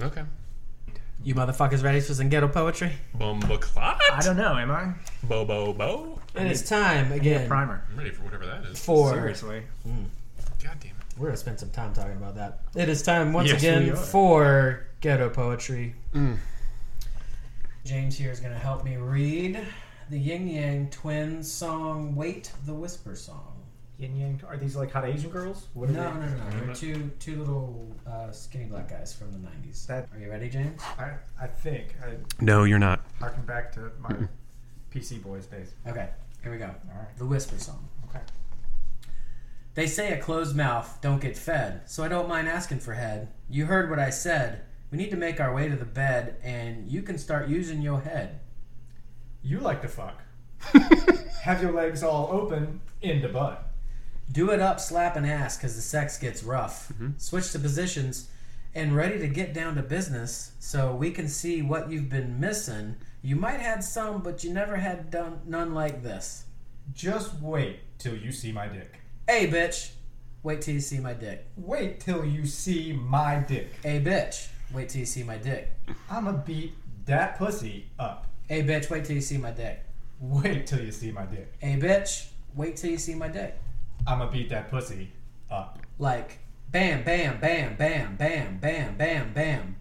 Okay. You motherfuckers ready for some ghetto poetry? Bomba clot? I don't know. Am I? Bo bo bo? And it's time again Primer. I'm ready for whatever that is. for Seriously. God damn it. we're gonna spend some time talking about that. It is time once Yes, we again are. for ghetto poetry. James here is gonna help me read the Yin Yang Twins song "Wait the Whisper" song. Yin Yang. Are these like hot Asian girls? What are No, no, they? no, no. They're two two little uh, skinny black guys from the '90s. That- Are you ready, James? I, I think I No, you're not. harken back to my PC boys days. Okay, here we go. All right. The Whisper song. Okay. They say a closed mouth don't get fed, so I don't mind asking for head. You heard what I said. We need to make our way to the bed, and you can start using your head. You like to fuck. Have your legs all open in the butt. Do it up, slap an ass, because the sex gets rough. Switch to positions and ready to get down to business so we can see what you've been missing. You might had some, but you never had done none like this. Just wait till you see my dick. Hey, bitch, wait till you see my dick. Wait till you see my dick. Hey, bitch, wait till you see my dick. I'ma beat that pussy up. Hey, bitch, wait till you see my dick. Wait till you see my dick. Hey, bitch, wait till you see my dick. I'ma beat that pussy up. like bam bam bam bam bam bam bam bam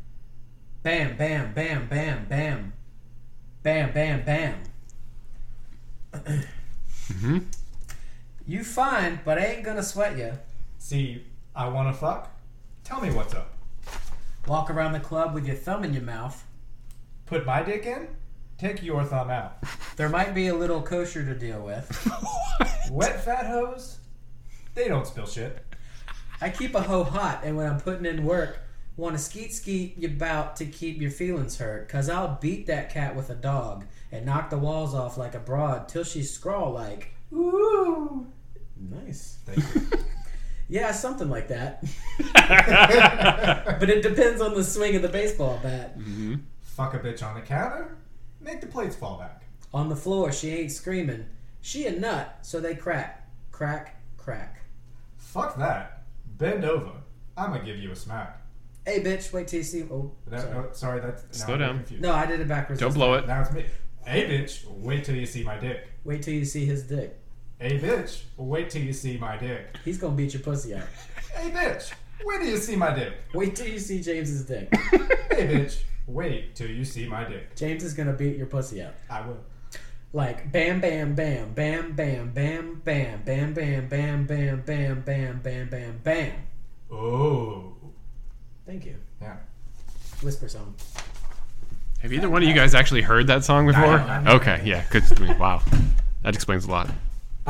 bam bam bam bam bam bam bam bam you fine but i ain't gonna sweat ya See, I wanna fuck? Tell me what's up. walk around the club with your thumb in your mouth Put my dick in? Take your thumb out. there might be a little kosher to deal with Wet fat hoes? They don't spill shit. i keep a hoe hot and when i'm putting in work want to skeet skeet you bout to keep your feelings hurt cause i'll beat that cat with a dog and knock the walls off like a broad till she scrawl like Ooh. Nice. Thank you. Yeah, something like that. but it depends on the swing of the baseball bat. Fuck a bitch on the counter? Make the plates fall back. On the floor, she ain't screaming. She a nut, so they crack, crack, crack. Fuck that. Bend over. I'ma give you a smack. Hey, bitch, wait till you see. Oh, That, sorry. no, sorry, that's. now Slow I'm down. Confused. no, I did it backwards. Don't blow it. Now it's me. Hey, bitch, wait till you see my dick. Wait till you see his dick. Hey, bitch, wait till you see my dick. He's gonna beat your pussy up. Hey, bitch, wait till you see my dick. Wait till you see James's dick. Hey, bitch, wait till you see my dick. James is gonna beat your pussy up. I will. Like bam, bam, bam, bam, bam, bam, bam, bam, bam, bam, bam, bam, bam, bam, bam, bam. Oh. Thank you. Yeah. Whisper song. Have either one of you guys actually heard that song before? I don't Okay, yeah. Good. Wow. That explains a lot.